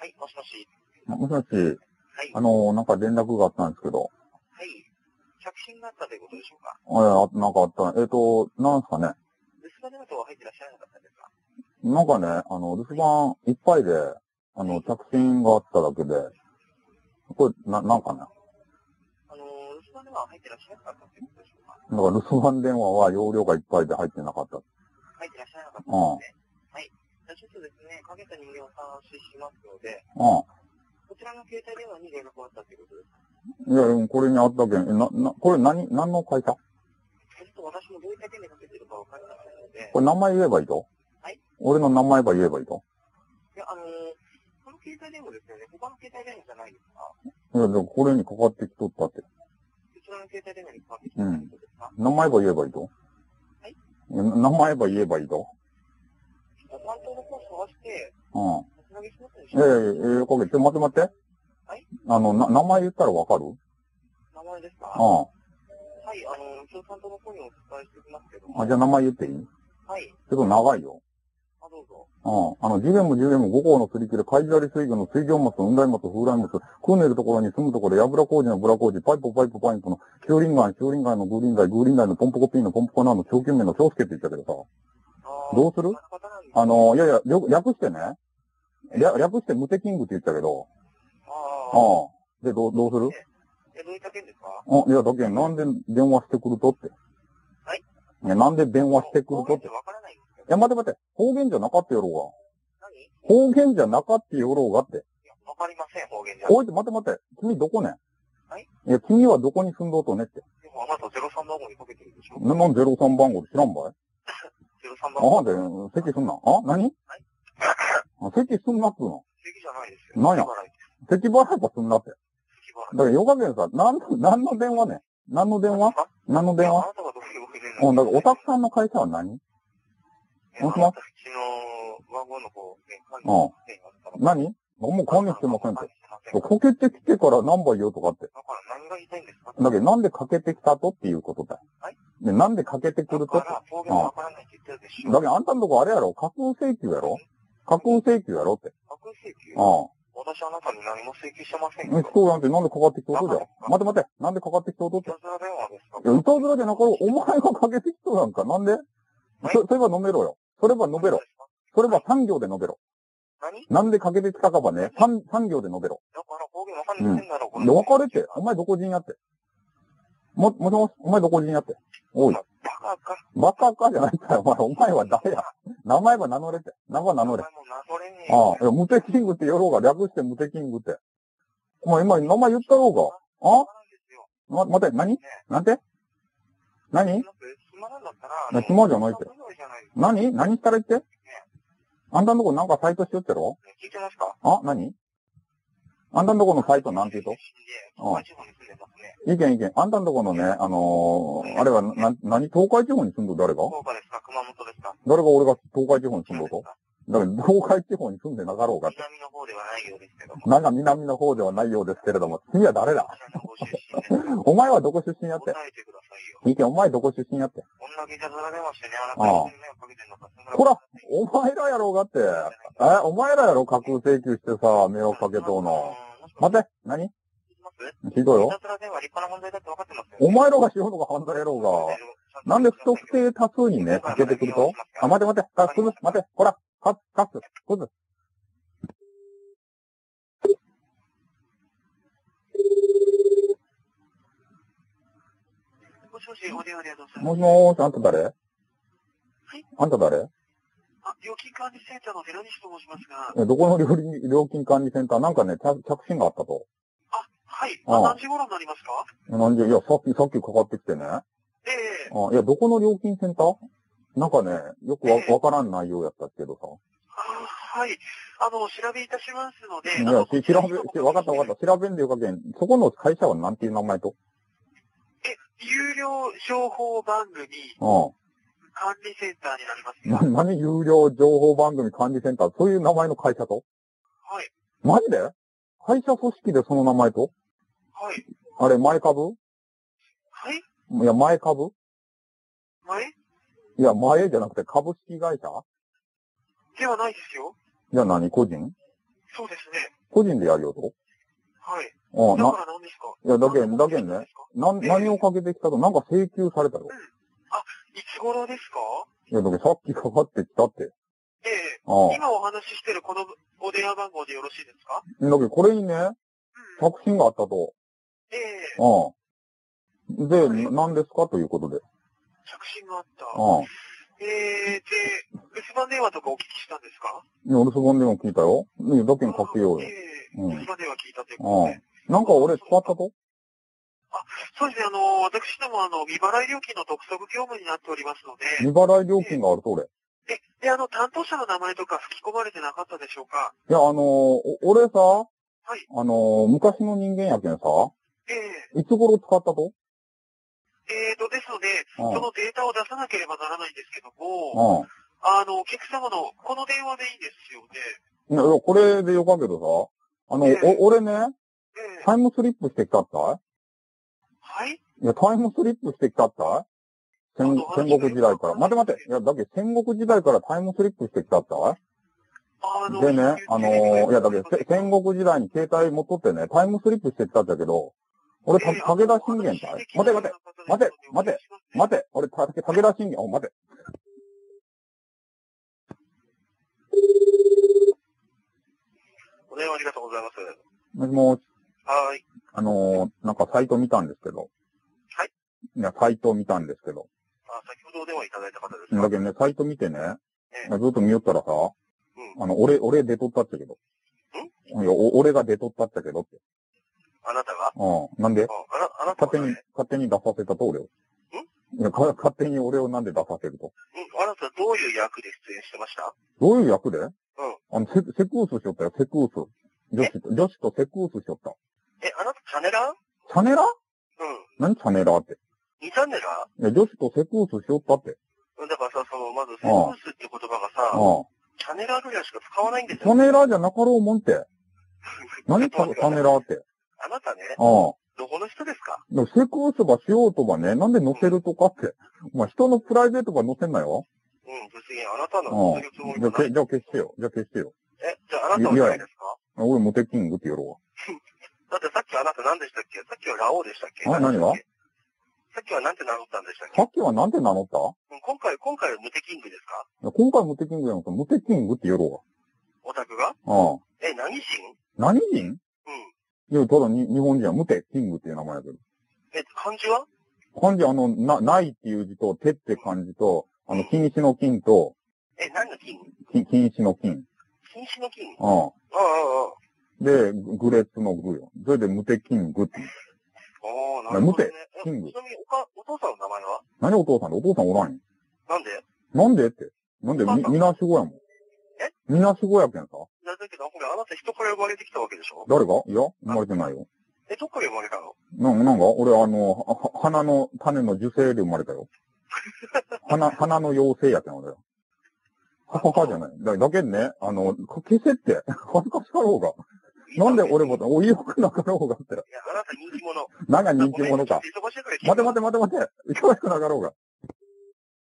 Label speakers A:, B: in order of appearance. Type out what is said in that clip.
A: はい、もしもし。
B: もしもし、
A: はい。
B: あ
A: は
B: の、なんか連絡があったんですけど、
A: い。着信があったということでしょうか。
B: えー、あなんかあった、えっ、と、なんですかね。
A: 留守番電話等は入ってらっしゃらなかったんですか
B: なんかね、あの、留守番いっぱいで、あの、着信があっただけで、これ、な、なんかね、
A: あのー、留守番電話は入ってらっしゃらなかったということでしょうか。
B: なんか留守番電話は容量がいっぱいで入ってなかった。
A: 入ってらっしゃらなかったんですね。はい。じゃあちょっとですね、かけた人間をお探ししますので、
B: う
A: こちらの携帯電話に連絡があったということですか。
B: ん。いや、うんこれにあったけん、えな、な、これ何、何の会社
A: ちょっと私もどういった件でかけてるかわからなかったので、
B: これ名前言えばいいと
A: はい
B: 俺の名前ば言えばいいと
A: いや、あのー、この携帯電話ですよね、他の携帯電話じゃないですか。
B: いや、でもこれにかかってきとったって。
A: こちらの携帯電話にかかってきたということですか。
B: 名前ば言えばいいと
A: はい
B: やな名前ば言えばいいと
A: お担当の方を探して、
B: うん。
A: おつなぎしますでし
B: え
A: ょ
B: え
A: うか。
B: ええ、かけて、待って待って。
A: はい
B: あの、な、名前言ったらわかる
A: 名前ですか
B: あ
A: はい、あの、共産党の方にお伝えしてきますけど
B: あ。
A: も。
B: あ、じゃあ名前言っていいち
A: はい、
B: ょっと長いよ。
A: あ、どうぞ。
B: うん。あの、ジベムジベム5号のすり切れ、カイザリ水魚の水上松、雲台松、風来松、食うねるところに住むところ、やぶら工事のブラ工事、パイポパイポパイポの、キューリンガン、キューリンガンのグーリンガイ、グーリンガイのポンポコピーのポンポコナーの小金名の小助って言ったけどさ、
A: あー
B: どうする
A: なかなかなんです
B: あ、の、いやいや、略略してね、略略してムテキングって言ったけど、
A: ああ。
B: うん。で、どう、どうする
A: え、どういった件ですか
B: あ、いや、だけどなんで電話してくるとって。
A: はい
B: いや、なんで電話してくるとって。
A: 方
B: い
A: 言わからないんですけど。
B: や、待て待て。方言じゃなかったやろ
A: 何いう
B: が。方言じゃなかったやろうがって。
A: や、わかりません、方言じゃ。
B: おいって、待て待て。君どこねん
A: はい
B: いや、君はどこに住んどうとねって。
A: でも、あなた03番号にかけてるでしょ
B: な、なん03番号で知らんば
A: ?03
B: いあ
A: 番号。
B: はんで、席すんな。あ何あ席すんなっつうの。
A: 席じゃないですよ。
B: なんや
A: 席払いです。
B: 席払いばすんなって。
A: 席払い。
B: だから、よかげんさ、なん、なんの電話ねん何の電話
A: あ
B: 何の電
A: あ
B: 話
A: なたがどういうわけで
B: うん、だから、おたく
A: ん。
B: さんの会社は何
A: えあな
B: もしも
A: た、うちの番号の子、ね、管理していますから。
B: 何もう関与してませんっ
A: 管
B: て。
A: 理してません
B: そう
A: だ
B: こけてきてから何杯言おうとかって。
A: から、何が言いたいんですか
B: だけど、なんでかけてきたとっていうことだよ。
A: はい
B: で、なんでかけてくると
A: だ
B: って。
A: から、方言わからないって言ってるでしょ。
B: だけど、あんたんとこあれやろ架空請求やろ架空請求やろって。
A: 架空請求
B: ああ。
A: 私あなたに何も請求してません
B: うん
A: よ。
B: そうなんて、なんでかかってきとうとだよ。
A: あ
B: 待て待て、なんでかかってきとうとっ
A: い
B: て。
A: たずら電話ですか
B: いや、いたずらじゃなかろう。お前がかけてきとうなんか。なんでそ、それば飲めろよ。それば述べろ。。それば産業で述べろ。
A: 何
B: なんでかけてきたかばね、産、産業で述べろ。
A: だから方言わかんないんだろ、こ
B: で、別れて、お前どこ人やって。も、もしもし、お前どこ人やって。おい、
A: バカか。
B: バカかじゃないかよ、お前、お前は誰や。名前は名乗れって。名前は名乗
A: お
B: れ。
A: 前も名乗れねえ
B: あ
A: よ。
B: あ、いや、ムテキングってやろうが、略してムテキングって。お前今、名前言ったろうが。あま、待て、何
A: ね
B: なんて何
A: 暇なんだったら、
B: な暇じゃないって
A: 暇じゃないです
B: 何何したら言ってあんたんとこなんかサイトしよってろ
A: 聞いてますか
B: あ何あんたんとこのサイトなんて言う
A: 東海地方に住んでますね。
B: と意見意見。あんたんとこのね、あのー、あれは、な、何東海地方に住んどる誰が
A: 福岡ですか熊本ですか
B: 誰が俺が東海地方に住ん
A: 南
B: ど
A: です
B: ると
A: か
B: だから東海地方に住んでなかろうがって。
A: 南の方ではないようですけども。
B: なんか南の方ではないようですけれども、次は誰だ
A: あなたご出身です。 答
B: お前はどこ出身やって。
A: えてくださいよ。
B: 意見、お前どこ出身やって。
A: こんだけいたずら電話してね、あなたに迷惑かけてんのか。
B: こらお前らやろうがって。え、お前らやろ架空請求してさ、迷惑かけとうの。
A: ま
B: 待
A: た、
B: て、何
A: い
B: ひどいよ
A: た。ずら電話立派な問題だって分かってますよね。
B: お前らがしようのが犯罪やろうが。なんで不特定多数にね、かけてくるとあ、待て待て、かすず、待て、こら、かす、かす、くず。
A: もしもし、お電話でどうする
B: もしもーし、あんた誰
A: い
B: あんた誰
A: あ、料金管理センターの寺西と申しますが、
B: えどこの料理料金管理センターなんかね、着着信があったと。
A: はい、
B: ああ
A: 何時頃になりますか
B: なんで、いや、さっき、さっきかかってきてね。あ
A: ええ
B: いや、どこの料金センターなんかね、よくわ、わからん内容やったけどさ。
A: あはい、あの、調べいたしますので、
B: い
A: あ
B: や、
A: の
B: し調べ、わかったわかった。調べんでよかけん。そこの会社はなんていう名前と
A: え、有料情報番組
B: う
A: 管理センターになります
B: ん。な、何有料情報番組管理センターそういう名前の会社と
A: はい、
B: マジで会社組織でその名前と
A: はい、
B: あれ、前株
A: はい、
B: いや、前株
A: 前
B: いや、前じゃなくて株式会社
A: ではないですよ。
B: じゃあ何個人
A: そうですね。
B: 個人でやるよと。
A: はい。
B: う
A: だ
B: ん、
A: か
B: な、
A: ら何ですか
B: いや、だけん、だけんね。。なん、
A: ええ
B: 何をかけてきたと、なんか請求されたよ。
A: いつ頃ですか
B: いや、だけどさっきかかってきたって。
A: ええ
B: ああ。
A: 今お話ししてるこのお電話番号でよろしいですか
B: だけど、これにね、
A: うん。
B: 着信があったと。
A: ええ
B: うん。で、
A: はい
B: な何ですかということで。
A: 着信があった。
B: うん。
A: ええで、留守番電話とかお聞きしたんですか
B: いや、留守番電話聞いたよ。ねだけんかけよう
A: え
B: よ。
A: え
B: うん
A: 留守番電話聞いたということ
B: う
A: で
B: ん。。なんか俺使ったと
A: そうですね、あの、私ども、あの、未払い料金の督促業務になっておりますので、
B: 未払い料金があると俺。い
A: え、で、あの、担当者の名前とか吹き込まれてなかったでしょうか
B: や、あのーお俺さ、
A: い
B: あのー昔の人間やけんさ、
A: え
B: いつ頃使ったと
A: えええと、ですので、
B: うん。
A: そのデータを出さなければならないんですけども、
B: う
A: あの、お客様の、この電話でいいんですよね。
B: ん。いや、いやこれでよかけどさ、あの、
A: ええ
B: お俺ね、
A: ええ
B: タイムスリップしてきたった
A: はい
B: いいや、タイムスリップしてきたったい戦
A: あの
B: 戦国時代から。
A: あの
B: 待て待て。いや、だけど戦国時代からタイムスリップしてきたったい
A: あ
B: でね、あのーいやだけど、せ戦国時代に携帯持っとってね、タイムスリップしてきたんだけど、俺、た武田信玄だい待て待て、待て待て、待て、俺、た武田信玄、お、待て。
A: お電話ありがとうございます。
B: もしもし、
A: はい。
B: あのーなんかサイト見たんですけど。
A: はい。
B: いや、サイト見たんですけど。
A: あ、先ほどお電話いただいた方ですか
B: だけどね、サイト見てね、
A: え
B: ずっと見よったらさ、
A: う
B: あの、俺、俺出とったっちゃけど。いや、お俺が出とったっちゃけどって。
A: あなたが
B: うん。なんで
A: ああなあなた
B: 勝
A: が
B: 手に
A: ね、、
B: 勝手に出させたと、俺を。いや、か勝手に俺をなんで出させると。
A: うん、あなたどういう役で出演してました
B: どういう役でうん。
A: ん
B: あの、セセクウスしよったよ、セクウス。女子と、女子とセクウスしよった。
A: え、あなたチャネラー
B: チャネラ
A: うん。
B: 何チャネラって。
A: 二チャンネラ
B: いや、女子とセクウスしよったって。
A: ーうんだからさ、その、まず、セブンスって言葉がさ、
B: ああ。
A: チャネラーぐらいしか使わないんです
B: チャ
A: よ。
B: ネラじゃなかろうもんって。何 チ
A: ちょっと待っ
B: ャ
A: て
B: チャネラって。
A: あなたね、
B: ああ。
A: どこの人ですか
B: でもセクウスばしようとばね、なんで乗せるとかって。まあ、人のプライベートば乗せんなよ。
A: うん、別にあなた
B: あ
A: の
B: あ
A: そういうつも。り
B: じゃ
A: も
B: あ、
A: ない
B: け。じゃあ消してよ。じゃあ消してよ。
A: え、じゃああなたは誰ですか
B: 俺モテキングってやろ
A: だってさっきあなた何でしたっけさっきはラオウでしたっけ
B: あ何が
A: さっきは何て名乗ったんでしたっ
B: うわ。さ
A: け
B: っきはなんて名乗った
A: うん今回、今回はムテキングですか
B: いや今回モテキングやんか、モテキングってやろ
A: オタクが
B: うわ。ああ。
A: え、何人
B: 何人
A: うん。
B: いや、ただに日本人はムテキングっていう名前やけど。
A: え、漢字は
B: 漢字、あの、な、ないっていう字と、てって漢字と、あの、禁止の金と、
A: え、何の金
B: き禁止の金。
A: 禁止の金あ
B: ああ。
A: あ、ああ、あ
B: で、グレッツのグよ。それで、ムテキングっていう。
A: あ。ああ、なるほど、ね。えち
B: キ
A: なみ
B: ング
A: におか、お父さんの名前は
B: 何お父さんでお父さんおらんよ。
A: なんで
B: なんでって。なんで、み、みなしごやもん。
A: え
B: みなしごやけんさ。
A: だだけど、ほら、あなた人から生まれてきたわけでしょ
B: 誰がいや、生まれてないよ。
A: え、どっから生まれたの
B: なんなんか、俺、あの、はは花の種の受精で生まれたよ。花、花の妖精やけん、俺ら。はははじゃない。だだけんね、あの、か消せって。 恥ずかしかろうが。なんで俺も
A: い、
B: お、良くなかろうがって。
A: や、あなた人気者。
B: なんか人気
A: ごめ
B: 者か。
A: んちょっと忙しいから聞いて
B: 待て待て待て待て。忙しくなかろうが。